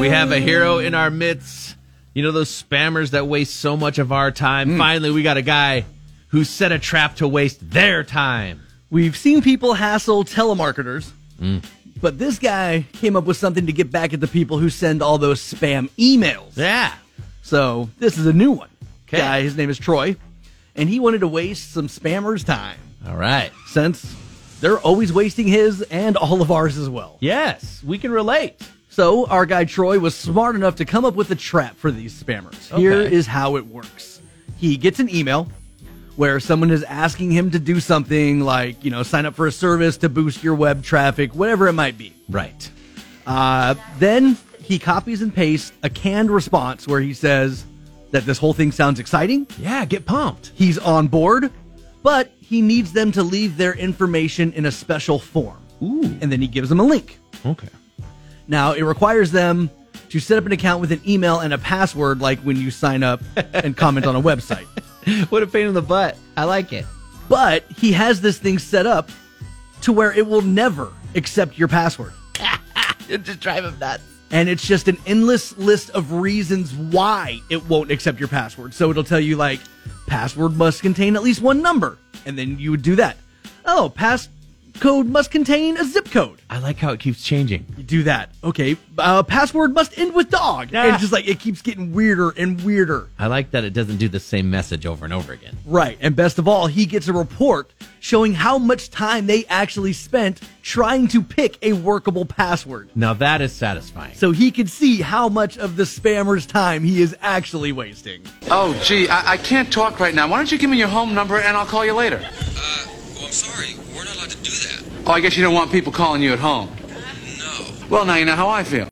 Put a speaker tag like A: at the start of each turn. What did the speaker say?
A: We have a hero in our midst. You know those spammers that waste so much of our time. Finally, we got a guy who set a trap to waste their time.
B: We've seen people hassle telemarketers, but this guy came up with something to get back at the people who send all those spam emails.
A: Yeah.
B: So this is a new one.
A: 'Kay.
B: Guy, his name is Troy, and he wanted to waste some spammers' time
A: All right.
B: since they're always wasting his and all of ours as well.
A: Yes, we can relate.
B: So our guy Troy was smart enough to come up with a trap for these spammers. Here
A: Okay.
B: is how it works. He gets an email where someone is asking him to do something like, you know, sign up for a service to boost your web traffic, whatever it might be.
A: Right.
B: Uh, then he copies and pastes a canned response where he says that this whole thing sounds exciting.
A: Yeah, get pumped.
B: He's on board, but he needs them to leave their information in a special form.
A: Ooh.
B: And then he gives them a link.
A: Okay.
B: Now, it requires them to set up an account with an email and a password, like when you sign up and comment on a website.
A: What a pain in the butt. I like it.
B: But he has this thing set up to where it will never accept your password.
A: It just drive him nuts.
B: And it's just an endless list of reasons why it won't accept your password. So it'll tell you, like, password must contain at least one number. And then you would do that. Oh, passcode must contain a zip code.
A: I like how it keeps changing.
B: You do that. Okay. Uh, password must end with dog.
A: Yeah.
B: And it's just like, it keeps getting weirder and weirder.
A: I like that it doesn't do the same message over and over again.
B: Right. And best of all, he gets a report showing how much time they actually spent trying to pick a workable password.
A: Now that is satisfying.
B: So he can see how much of the spammer's time he is actually wasting.
C: Oh, gee, I, I can't talk right now. Why don't you give me your home number and I'll call you later?
D: Uh, well, I'm sorry. We're not allowed to do that.
C: Oh, I guess you don't want people calling you at home.
D: No.
C: Well, now you know how I feel.